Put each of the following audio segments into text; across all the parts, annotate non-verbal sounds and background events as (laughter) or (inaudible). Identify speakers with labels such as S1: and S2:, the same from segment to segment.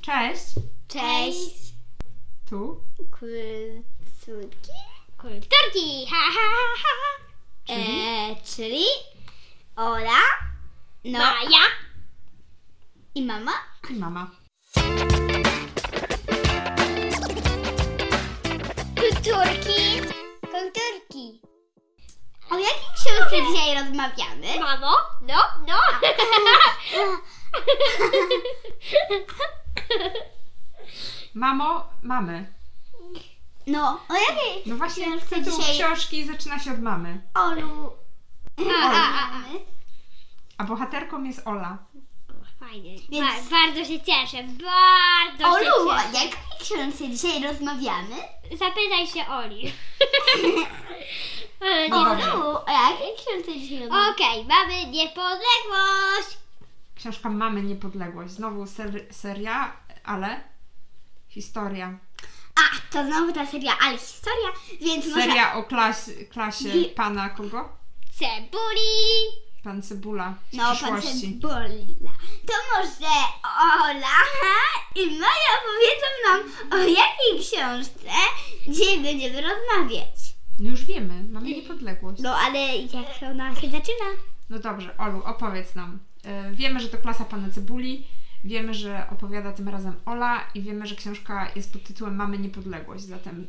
S1: Cześć!
S2: Cześć!
S1: Tu?
S2: Kulturki? Kulturki! Ha, ha, ha, ha.
S1: Czyli?
S2: E, czyli Ola, no, Maja i mama.
S1: I mama.
S2: Kulturki! Kulturki! O jakiej książce dzisiaj rozmawiamy?
S3: Mamo, no, no.
S2: no.
S1: Mamo, mamy.
S2: (laughs) No, o jakiej
S1: No właśnie
S2: książce
S1: tytuł
S2: dzisiaj
S1: książki zaczyna się od mamy.
S2: Olu...
S3: A, a, a.
S1: A bohaterką jest Ola.
S3: Fajnie.
S2: Więc-
S3: Ba- bardzo się cieszę, bardzo
S2: Olu, o
S3: się cieszę.
S2: jakiej książce dzisiaj rozmawiamy?
S3: Zapytaj się
S2: (laughs)
S3: Oli. Ale nie
S1: O.
S3: znam.
S2: Olu, o no. jakiej książce dzisiaj rozmawiamy?
S3: Okej, mamy niepodległość.
S1: Książka Mamy Niepodległość. Znowu ser- seria, ale historia.
S2: A, to znowu ta seria, ale historia, więc może...
S1: Seria o klas- klasie
S2: Wi-
S1: pana kogo?
S3: Cebuli.
S1: Pan Cebula z
S2: No, pan
S1: przyszłości.
S2: Cebula. To może Ola i Maja powiedzą nam, o jakiej książce dzisiaj będziemy rozmawiać.
S1: No już wiemy, mamy niepodległość.
S2: No, ale jak ona się zaczyna?
S1: No dobrze, Olu, opowiedz nam. Y, Wiemy, że to klasa pana Cebuli, wiemy, że opowiada tym razem Ola i wiemy, że książka jest pod tytułem Mamy niepodległość. Zatem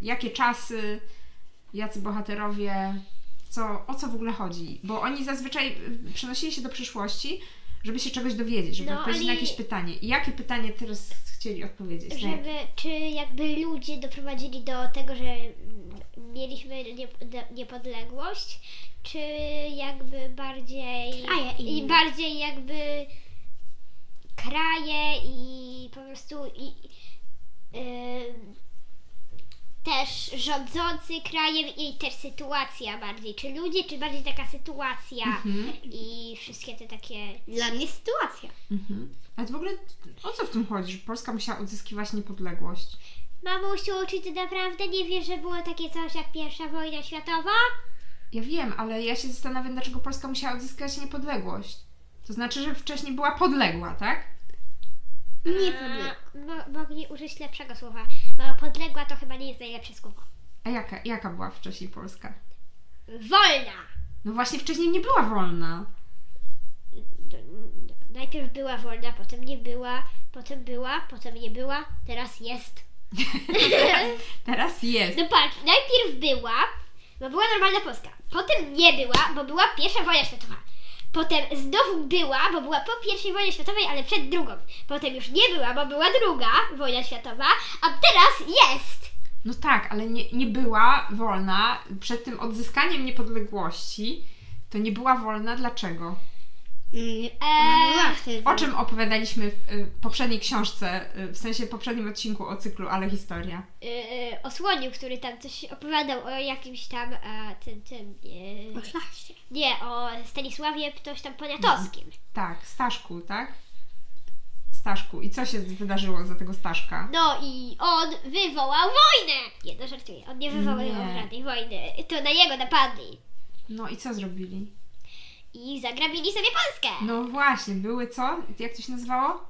S1: jakie czasy, jacy bohaterowie, co, o co w ogóle chodzi? Bo oni zazwyczaj y, przenosili się do przyszłości, żeby się czegoś dowiedzieć, żeby
S3: No,
S1: odpowiedzieć na
S3: oni-
S1: jakieś pytanie. I jakie pytanie teraz chcieli odpowiedzieć? Na jakie?
S3: Żeby, czy jakby ludzie doprowadzili do tego, że mm, mieliśmy niep- de- niepodległość, czy jakby bardziej
S2: A ja
S3: i
S2: inny.
S3: bardziej jakby kraje i po prostu i, ym, też rządzący krajem i też sytuacja bardziej, czy ludzie, czy bardziej taka sytuacja
S1: Mhm.
S3: i wszystkie te takie
S2: Dla mnie sytuacja.
S1: Mhm. Ale to w ogóle o co w tym chodzi, że Polska musiała odzyskiwać niepodległość?
S3: Mamusiu, czy ty naprawdę nie wiesz, że było takie coś jak pierwsza wojna światowa?
S1: Ja wiem, ale ja się zastanawiam, dlaczego Polska musiała odzyskać niepodległość. To znaczy, że wcześniej była podległa, tak?
S2: Nie podległa.
S3: A, Mo- mogli użyć lepszego słowa, bo podległa to chyba nie jest najlepsze słowo.
S1: A jaka, jaka była wcześniej Polska?
S3: Wolna!
S1: No właśnie, wcześniej nie była wolna.
S3: D- d- Najpierw była wolna, potem nie była, potem była, potem nie była,
S2: (laughs)
S3: teraz jest.
S1: Teraz jest.
S3: No patrz, najpierw była, bo była normalna Polska. Potem nie była, bo była pierwsza wojna światowa. Potem znowu była, bo była po pierwszej wojnie światowej, ale przed drugą. Potem już nie była, bo była druga wojna światowa, a teraz jest.
S1: No tak, ale nie, nie była wolna przed tym odzyskaniem niepodległości. To nie była wolna dlaczego?
S2: Mm,
S3: Eee,
S2: ona była wtedy.
S1: O czym opowiadaliśmy w y, poprzedniej książce, y, w sensie poprzednim odcinku o cyklu Ale Historia.
S3: Yy, o słoniu, który tam coś opowiadał o jakimś tam a, tym, tym
S2: O
S3: yy,
S2: szlachcie.
S3: nie, o Stanisławie ktoś tam poniatowskim.
S1: Tak, Staszku, tak? Staszku. I co się wydarzyło za tego Staszka?
S3: No i on wywołał wojnę! Nie, no żartuję, on nie wywołał
S1: Nie.
S3: żadnej wojny. To na niego napadli.
S1: No i co zrobili?
S3: i zagrabili sobie Polskę.
S1: No właśnie, były co? Jak to się nazywało?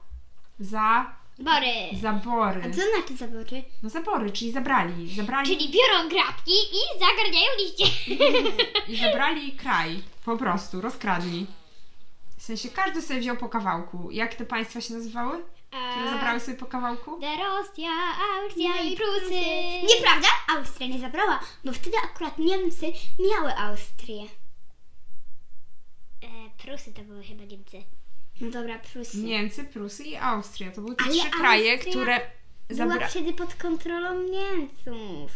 S1: Za,
S3: Bory.
S2: A
S1: zabory.
S2: co znaczy zabory?
S1: No zabory, czyli zabrali. Zabrali
S3: Czyli biorą grabki i zagarniają
S1: (laughs)
S3: liście.
S1: i zabrali kraj. Po prostu, rozkradli. W sensie każdy sobie wziął po kawałku. Jak te państwa się nazywały? Które zabrały sobie po kawałku?
S3: Da Rosja, Austria i Prusy.
S2: Nieprawda? Austria nie zabrała, bo wtedy akurat Niemcy miały Austrię.
S3: E, Prusy to były chyba Niemcy.
S2: No dobra, Prusy.
S1: Niemcy, Prusy i Austria. To były te
S2: Ale
S1: trzy kraje,
S2: Austria
S1: które
S2: Była
S1: zabra...
S2: wtedy pod kontrolą Niemców.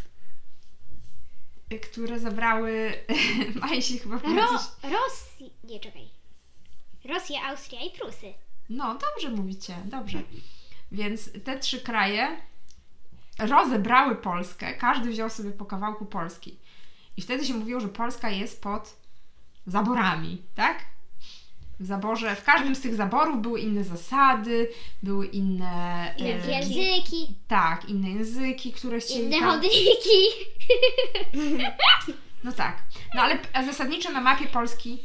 S1: które zabrały... (laughs) Mają się chyba
S3: Ro,
S1: powiedzieć.
S3: Rosji. Nie, czekaj. Rosja, Austria i Prusy.
S1: No, dobrze mówicie, dobrze. Więc te trzy kraje rozebrały Polskę, każdy wziął sobie po kawałku Polski. I wtedy się mówiło, że Polska jest pod zaborami, tak? W zaborze, w każdym z tych zaborów były inne zasady, były inne. e,
S2: Języki.
S3: Języki,
S1: tak, inne języki, które chcieli.
S3: inne
S1: tam-
S3: chodniki.
S1: No tak. No ale p- zasadniczo na mapie Polski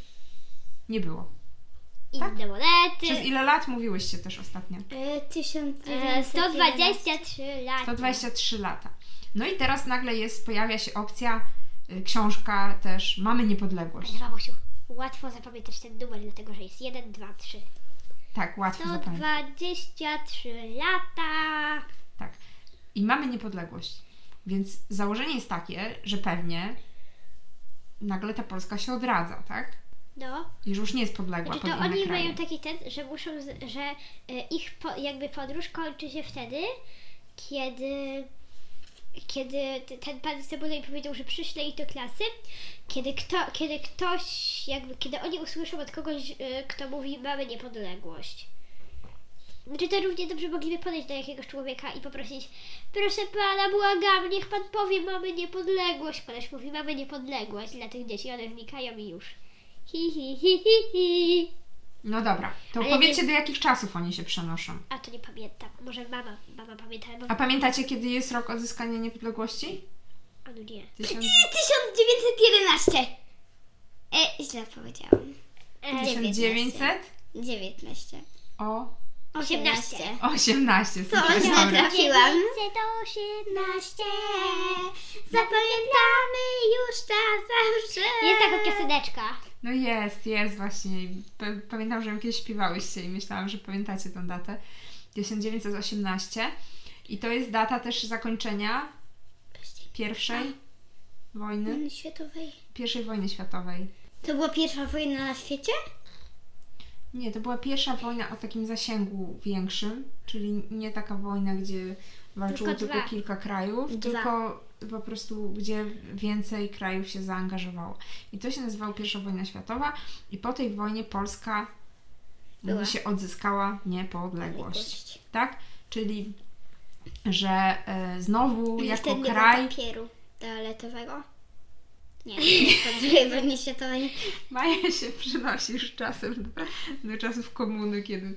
S1: nie było. Tak?
S3: inne monety.
S1: Przez ile lat mówiłyście też ostatnio?
S2: E, tysiąc
S3: E, 123 lata.
S1: 123 lata. No i teraz nagle jest, pojawia się opcja, y, książka też Mamy Niepodległość.
S3: Ale babusiu, łatwo zapamiętać ten numer, dlatego że jest 1, 2, 3.
S1: Tak, łatwo
S3: No,
S1: zapamiętać.
S3: 123 lata.
S1: Tak. I Mamy Niepodległość. Więc założenie jest takie, że pewnie nagle ta Polska się odradza, tak?
S3: No,
S1: I że już nie jest podległa
S3: znaczy
S1: pod
S3: to
S1: inne
S3: oni
S1: kraje.
S3: mają taki ten, że muszą, z- że e, ich po, jakby podróż kończy się wtedy, kiedy kiedy t- ten pan z Cebulej powiedział, że przyśle ich do klasy, kiedy, kto, kiedy ktoś, jakby, kiedy oni usłyszą od kogoś, e, kto mówi mamy niepodległość. Znaczy to równie dobrze mogliby podejść do jakiegoś człowieka i poprosić proszę pana, błagam, niech pan powie mamy niepodległość. Koleś mówi mamy niepodległość dla tych dzieci, one znikają i już. Hi, hi, hi, hi, hi.
S1: No dobra, to
S3: Ale
S1: powiedzcie do jakich czasów oni się przenoszą.
S3: A to nie pamiętam. Może mama, mama pamięta, bo
S1: A pamiętacie, kiedy jest rok odzyskania niepodległości?
S3: Anu no nie.
S1: Tysiąc-
S2: 1911. E, źle powiedziałam.
S3: E,
S1: 1900?
S2: 19.
S1: O
S3: 18.
S1: 18.
S2: To
S1: super,
S2: źle
S1: dobra.
S2: trafiłam.
S3: 1918.
S2: Zapamiętamy już czas zawsze.
S3: Jest taka pioseneczka.
S1: No jest, jest właśnie. P- Pamiętam, że ją kiedyś śpiewałyście i myślałam, że pamiętacie tą datę. 1918. I to jest data też zakończenia pierwszej wojny,
S2: Eee, Światowej.
S1: pierwszej wojny światowej.
S2: To była pierwsza wojna na świecie?
S1: Nie, to była pierwsza wojna o takim zasięgu większym, czyli nie taka wojna, gdzie walczyło
S3: Tylko
S1: tylko,
S3: dwa.
S1: kilka krajów,
S2: Dwa.
S1: tylko po prostu gdzie więcej krajów się zaangażowało. I to się nazywało pierwsza wojna światowa i po tej wojnie Polska mówi
S2: Była.
S1: się odzyskała niepodległość. Tak? Czyli że e, znowu jako
S2: Wtedy nie
S1: kraj
S2: było papieru toaletowego. Nie, po drugiej wojnie światowej.
S1: Maja się przynosi już czasem do, do czasów komuny, kiedy,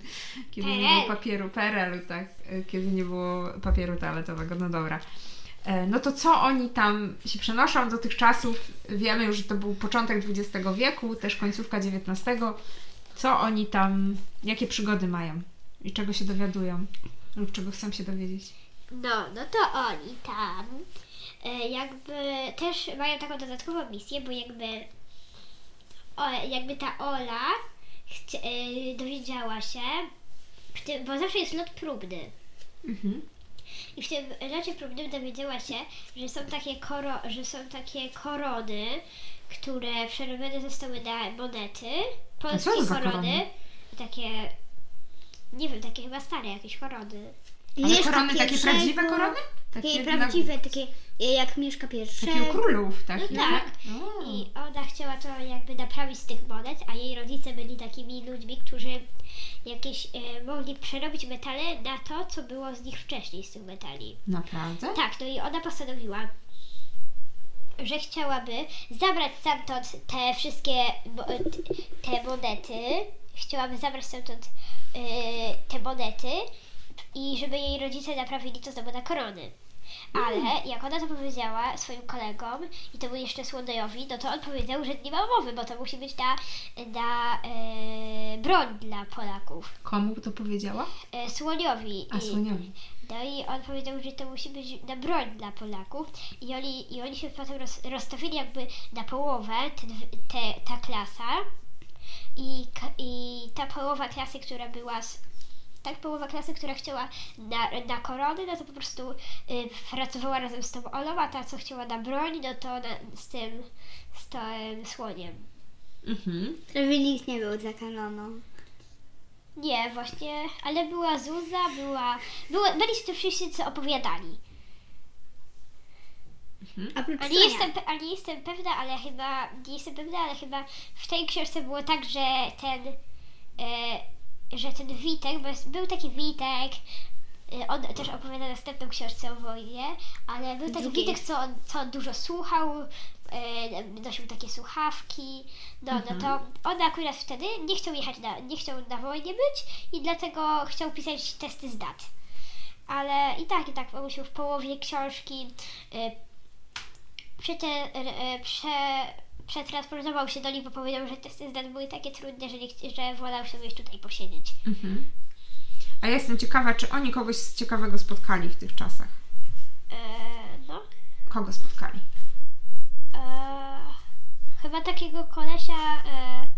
S1: kiedy nie
S3: PRL.
S1: było papieru, PRL-u, tak, e, kiedy nie było papieru toaletowego, no dobra. E, No to co oni tam się przenoszą do tych czasów? Wiemy już, że to był początek XX wieku, też końcówka XIX. Co oni tam, jakie przygody mają i czego się dowiadują lub czego chcą się dowiedzieć?
S3: No, no to oni tam e, jakby też mają taką dodatkową misję, bo jakby o, jakby ta Ola chci- e, dowiedziała się, w tym, bo zawsze jest lot próbny.
S1: Mhm.
S3: I w tym locie próbnym dowiedziała się, że są takie, koro, że są takie korony, które przerobione zostały na monety. Polskie
S1: to za
S3: korony,
S1: korony?
S3: Takie, nie wiem, takie chyba stare jakieś korony.
S1: Ale korony, takie prawdziwe korony?
S2: Takie
S1: na-
S2: prawdziwe, takie e, jak Mieszka pierwszego.
S1: Takie u królów, tak?
S3: No tak.
S1: Hmm.
S3: I ona chciała to jakby naprawić z tych monet, a jej rodzice byli takimi ludźmi, którzy jakieś e, mogli przerobić metale na to, co było z nich wcześniej, z tych metali.
S1: Naprawdę?
S3: Tak, no i ona postanowiła, że chciałaby zabrać stamtąd te wszystkie mo- t- te monety. Chciałaby zabrać stamtąd yy, te monety i żeby jej rodzice naprawili to znowu na korony. Ale jak ona to powiedziała swoim kolegom i to był jeszcze Słonojowi, no to on powiedział, że nie ma mowy, bo to musi być na, na yy, broń dla Polaków.
S1: Komu to powiedziała?
S3: Yy, Słoniowi.
S1: A
S3: I-
S1: słoniowi.
S3: no i on powiedział, że to musi być na broń dla Polaków i oni, i oni się potem roz, rozstawili jakby na połowę te, dw- te, ta klasa I, ka- i ta połowa klasy, która była z, tak połowa klasy, która chciała na, na korony, no to po prostu y, pracowała razem z tą Olą, a ta co chciała na broń, no to na, z tym z tym słoniem.
S1: Mhm.
S2: Żeby nikt nie był za kanoną.
S3: Nie, właśnie, ale była Zuza, była, była byliśmy tu wszyscy, co opowiadali.
S2: A
S3: A nie, jestem, pe- a nie jestem pewna, ale chyba nie jestem pewna, ale chyba w tej książce było tak, że ten e, że ten Witek, bo jest, był taki Witek, e, on też opowiada następną książkę o wojnie, ale był taki
S2: Drugiej.
S3: Witek, co, on- co dużo słuchał, e, nosił takie słuchawki, no, no to on akurat wtedy nie chciał jechać na, nie chciał na wojnie być i dlatego chciał pisać testy z dat. Ale i tak, i tak, bo się w połowie książki e, przeter, e, prze, przetransportował się do nich, bo powiedział, że testy zdat były takie trudne, że, nie, chci- że wolał sobie ich tutaj posiedzieć.
S1: Mhm. A ja jestem ciekawa, czy oni kogoś z ciekawego spotkali w tych czasach.
S3: Eee, no.
S1: Kogo spotkali?
S3: Eee, chyba takiego kolesia. Eee,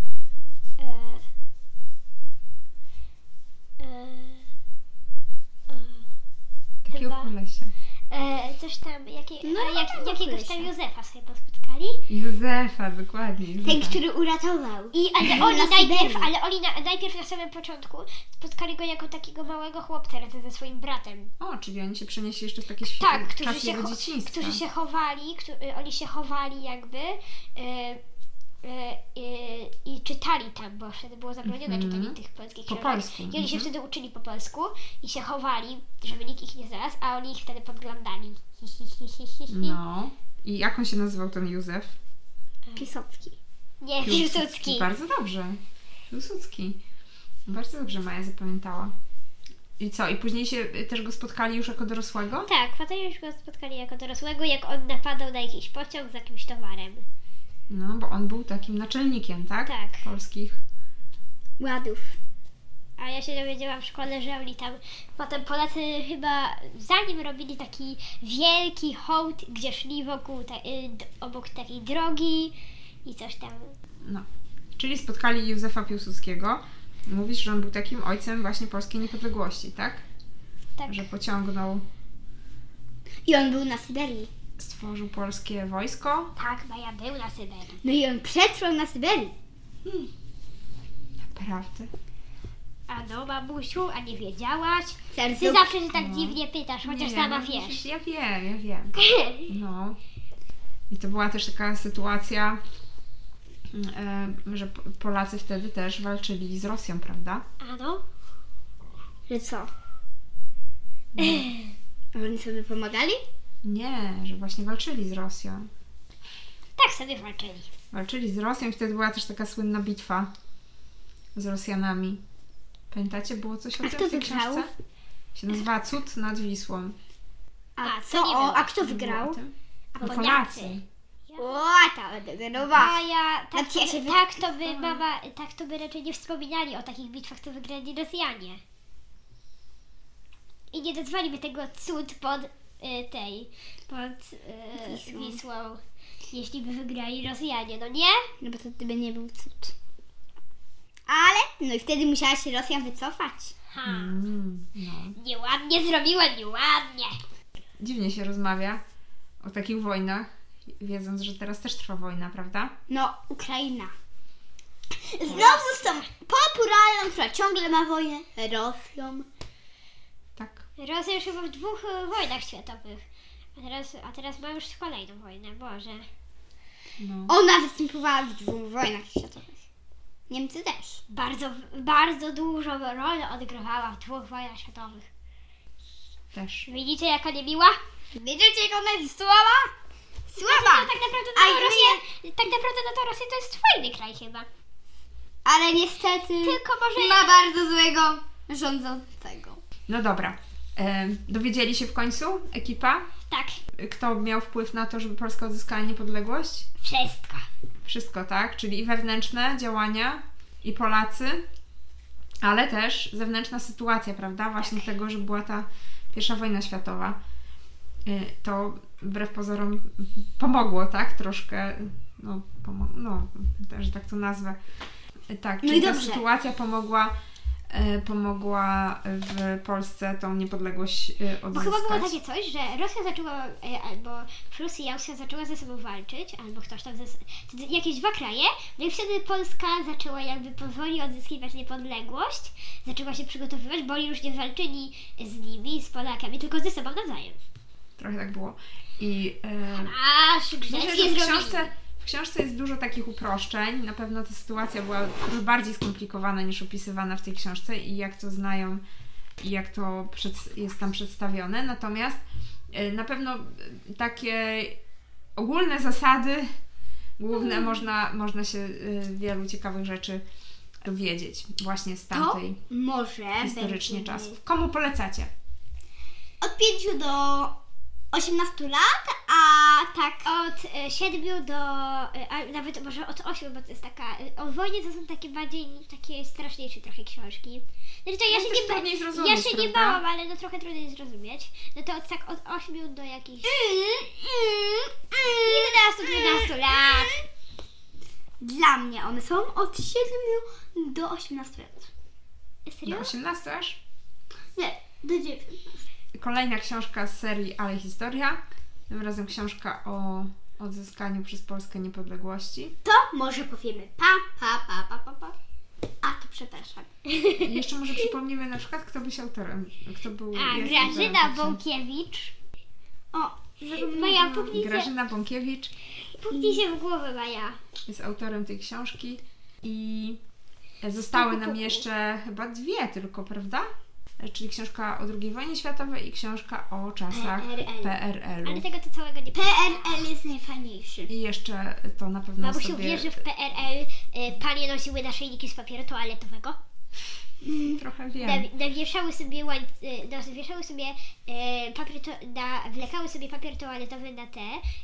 S3: eee, eee,
S1: Takiego
S3: Chyba.
S1: kolesia.
S3: eee, coś tam, jakie,
S2: No,
S3: ale jak,
S2: takiego
S3: jakiegoś tam
S2: kolesia.
S3: Józefa sobie spotkali.
S1: Józefa, dokładnie.
S3: Tak,
S2: Ten,
S1: Józefa.
S2: który uratował.
S3: I,
S2: (laughs)
S3: ale
S2: Na
S3: oni, najpierw,
S2: Syberii.
S3: ale oni na, najpierw na samym początku spotkali go jako takiego małego chłopca razem ze swoim bratem.
S1: O, czyli oni się przenieśli jeszcze w taki świ-
S3: Tak, którzy
S1: czas
S3: się,
S1: jego
S3: cho-
S1: dzieciństwa.
S3: którzy się chowali, któ- y, oni się chowali jakby y, y, y, i czytali tam, bo wtedy było zabronione
S1: Mhm.
S3: czytanie tych polskich
S1: Po
S3: książek.
S1: polsku,
S3: I oni się
S1: mhm.
S3: wtedy uczyli po polsku i się chowali, żeby nikt ich nie znalazł, a oni ich wtedy podglądali. (laughs)
S1: No. I jak on się nazywał ten Józef?
S2: Pisocki.
S3: Nie, Piłsudski.
S1: Bardzo dobrze. Piłsudski. Bardzo dobrze Maja zapamiętała. I co? I później się y, też go spotkali już jako dorosłego?
S3: Tak, potem już go spotkali jako dorosłego, jak on napadał na jakiś pociąg z jakimś towarem.
S1: No, bo on był takim naczelnikiem, tak?
S3: Tak.
S1: Polskich.
S2: Ładów.
S3: A ja się dowiedziałam w szkole, że oni tam potem Polacy chyba zanim robili taki wielki hołd, gdzie szli wokół ta, y, d- obok takiej drogi i coś tam.
S1: No. Czyli spotkali Józefa Piłsudskiego. Mówisz, że on był takim ojcem właśnie polskiej niepodległości, tak?
S3: Tak.
S1: Że pociągnął,
S2: I on był na Syberii.
S1: stworzył polskie wojsko.
S3: Tak, Maja był na Syberii.
S2: No i on przetrwał na Syberii.
S1: Naprawdę.
S3: A no, mamusiu, a nie wiedziałaś?
S2: Serce
S3: Ty zawsze się tak
S1: No.
S3: dziwnie pytasz, chociaż
S1: Nie,
S3: sama
S1: no,
S3: wiesz. (laughs)
S1: Ja wiem, ja wiem. No. I to była też taka sytuacja, e, że P- Polacy wtedy też walczyli z Rosją, prawda?
S3: A no,
S2: Że co? A oni sobie pomagali?
S1: Nie, że właśnie walczyli z Rosją.
S3: tak sobie walczyli.
S1: Walczyli z Rosją i wtedy była też taka słynna bitwa z Rosjanami. Pamiętacie, było coś o tym
S2: kto
S1: w tej
S2: wygrał?
S1: książce? Się nazywa Cud nad Wisłą.
S2: A,
S3: A, to
S2: co?
S3: nie
S2: O,
S3: wiem.
S2: a kto
S1: Nie było o
S2: wygrał?
S1: tym?
S3: A
S1: No,
S3: Polacy.
S2: O, ta odegrywa.
S3: Maja, tak,
S2: Znaczy, ja
S3: to
S2: się
S3: by,
S2: wy-
S3: tak to by mama, tak to by raczej nie wspominali o takich bitwach, co wygrali Rosjanie. I nie nazwaliby tego cud pod y, tej, pod y,
S2: Wisłą.
S3: Wisłą. jeśli by wygrali Rosjanie, no nie?
S2: No bo to gdyby nie był cud. Ale, no i wtedy musiała się Rosja wycofać.
S3: Ha,
S1: Mm, no.
S3: nieładnie zrobiła, nieładnie.
S1: Dziwnie się rozmawia o takich wojnach, wiedząc, że teraz też trwa wojna, prawda?
S2: No, Ukraina. Znowu z tą popularną, która ciągle ma wojnę, Rosją.
S1: Tak.
S3: Rosja już chyba w dwóch y, wojnach światowych. A teraz, a teraz ma już kolejną wojnę, Boże.
S1: No.
S2: Ona występowała w dwóch wojnach światowych. Niemcy też.
S3: Bardzo, bardzo dużą rolę odgrywała w dwóch wojnach światowych.
S1: Też.
S3: Widzicie, jaka niemiła?
S2: Wiecie, jak ona jest słaba?
S3: No,
S2: Słaba!
S3: tak naprawdę
S2: A
S3: to
S2: gry-
S3: Rosja, tak naprawdę no to Rosja to jest fajny kraj chyba.
S2: Ale niestety
S3: Tylko może
S2: ma bardzo złego rządzącego.
S1: No dobra. E, dowiedzieli się w końcu ekipa,
S3: tak,
S1: kto miał wpływ na to, żeby Polska odzyskała niepodległość?
S3: wszystko.
S1: Wszystko, tak? Czyli i wewnętrzne działania, i Polacy, ale też zewnętrzna sytuacja, prawda? Właśnie
S3: Tak.
S1: tego, że była ta pierwsza wojna światowa. E, to wbrew pozorom pomogło, tak? Troszkę, no, pomo- no też tak to nazwę. E, Tak,
S2: No
S1: czyli
S2: i
S1: ta
S2: dobrze.
S1: sytuacja pomogła, e, pomogła w Polsce tą niepodległość e,
S3: Bo
S1: odzyskać.
S3: chyba było takie coś, że Rosja zaczęła, e, albo Prusy i Austria zaczęła ze sobą walczyć, albo ktoś tam, ze, wtedy jakieś dwa kraje, no i wtedy Polska zaczęła jakby powoli odzyskiwać niepodległość, zaczęła się przygotowywać, bo oni już nie walczyli z nimi, z Polakami, tylko ze sobą nawzajem.
S1: Trochę tak było. I e,
S3: Aż
S1: Myślę,
S3: grzecznie
S1: że w
S3: zrobili.
S1: książce, w książce jest dużo takich uproszczeń. Na pewno ta sytuacja była trochę bardziej skomplikowana niż opisywana w tej książce i jak to znają i jak to przed, jest tam przedstawione. Natomiast e, na pewno e, takie ogólne zasady główne można, można się e, wielu ciekawych rzeczy dowiedzieć właśnie z
S2: To
S1: tamtej
S2: może
S1: historycznie
S2: będziemy
S1: czasów. Komu polecacie?
S2: Od 5 do 18 lat, a
S3: tak od e, siedmiu do, e, a nawet może od ośmiu, bo to jest taka, e, o wojnie to są takie bardziej, takie straszniejsze trochę książki. Znaczy to ja
S1: No
S3: się
S1: też
S3: nie, ba-
S1: trudniej zrozumieć,
S3: ja się nie
S1: prawda?
S3: bałam, ale no trochę trudniej zrozumieć. No to od, tak od ośmiu do jakichś 11-12 lat.
S2: Dla mnie one są od 7 do 18 lat.
S3: Serio?
S1: Do 18 aż?
S2: Nie, do 19.
S1: Kolejna książka z serii Ale Historia. Tym razem książka o odzyskaniu przez Polskę niepodległości.
S2: To może powiemy pa, pa, pa, pa, pa, pa. A to przepraszam.
S1: I jeszcze może przypomnimy na przykład, kto był autorem. Kto był,
S3: A,
S1: jest
S3: Grażyna
S1: autorem tej
S3: Bąkiewicz.
S2: O,
S3: Maja,
S1: książki.
S3: puknij się,
S1: Grażyna Bąkiewicz Mm.
S3: puknij się w głowę, Maja.
S1: jest autorem tej książki. I zostały nam jeszcze chyba dwie tylko, prawda? Czyli książka o II wojnie światowej i książka o czasach
S2: PRL.
S1: PRL-u.
S3: Ale tak- tego to całego nie
S2: PRL jest najfajniejszy.
S1: I jeszcze to na pewno
S3: Babusiu,
S1: No sobie
S3: wiesz, że w PRL y, panie nosiły naszyjniki z papieru toaletowego?
S1: trochę wiem.
S3: Nawi- Nawieszały sobie, łań, y, nawieszały sobie y, papier, to, na, wlekały sobie papier toaletowy na te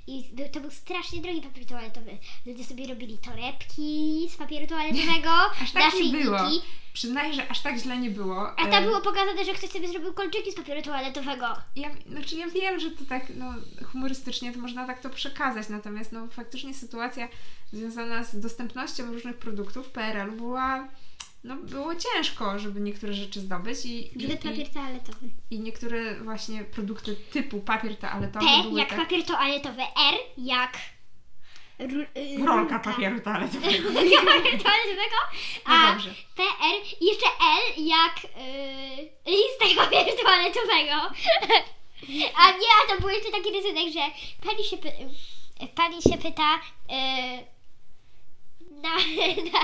S3: i z- to był strasznie drogi papier toaletowy. Ludzie sobie robili torebki z papieru toaletowego,
S1: Aż tak nie było.
S3: naszyjniki.
S1: Przyznaję, że aż tak źle nie było.
S3: A
S1: E,
S3: tam było pokazane, że ktoś sobie zrobił kolczyki z papieru toaletowego.
S1: Ja, znaczy ja wiem, że to tak no, humorystycznie to można tak to przekazać, natomiast no, faktycznie sytuacja związana z dostępnością różnych produktów w PRL była, no, było ciężko, żeby niektóre rzeczy zdobyć i, i,
S2: Gdy
S1: i,
S2: papier toaletowy.
S1: i niektóre właśnie produkty typu papier toaletowy
S3: P
S1: były
S3: jak
S1: tak...
S3: papier toaletowy, R jak ru- y,
S1: Rolka papieru toaletowego.
S3: papier toaletowego,
S1: No
S3: a
S1: dobrze.
S3: PR i jeszcze L jak yy, listek papieru toaletowego. A nie, a to był jeszcze taki rysunek, że pani się, py, pani się pyta yy, na, na,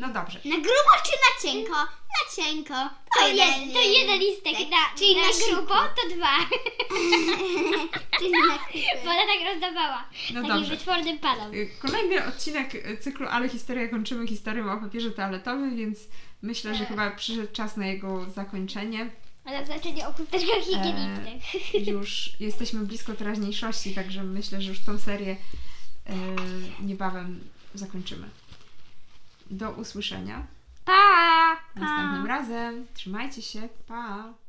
S1: No dobrze.
S2: Na grubo czy na cienko? Na cienko.
S3: to, jeden, to jeden listek, na,
S2: czyli
S3: na,
S2: na
S3: grubo to dwa,
S2: Czyli na
S3: (laughs) bo ona tak rozdawała
S1: No
S3: takim
S1: dobrze.
S3: wytwornym panom.
S1: Y, Kolejny odcinek y, cyklu Ale Historia kończymy historią o papierze toaletowym, więc myślę, że chyba przyszedł czas na jego zakończenie.
S3: A na znaczenie o
S1: E,
S3: chusteczkach higienicznych.
S1: już jesteśmy blisko teraźniejszości, także myślę, że już tą serię e, niebawem zakończymy. Do usłyszenia
S3: Pa!
S1: następnym razem. Trzymajcie się. Pa!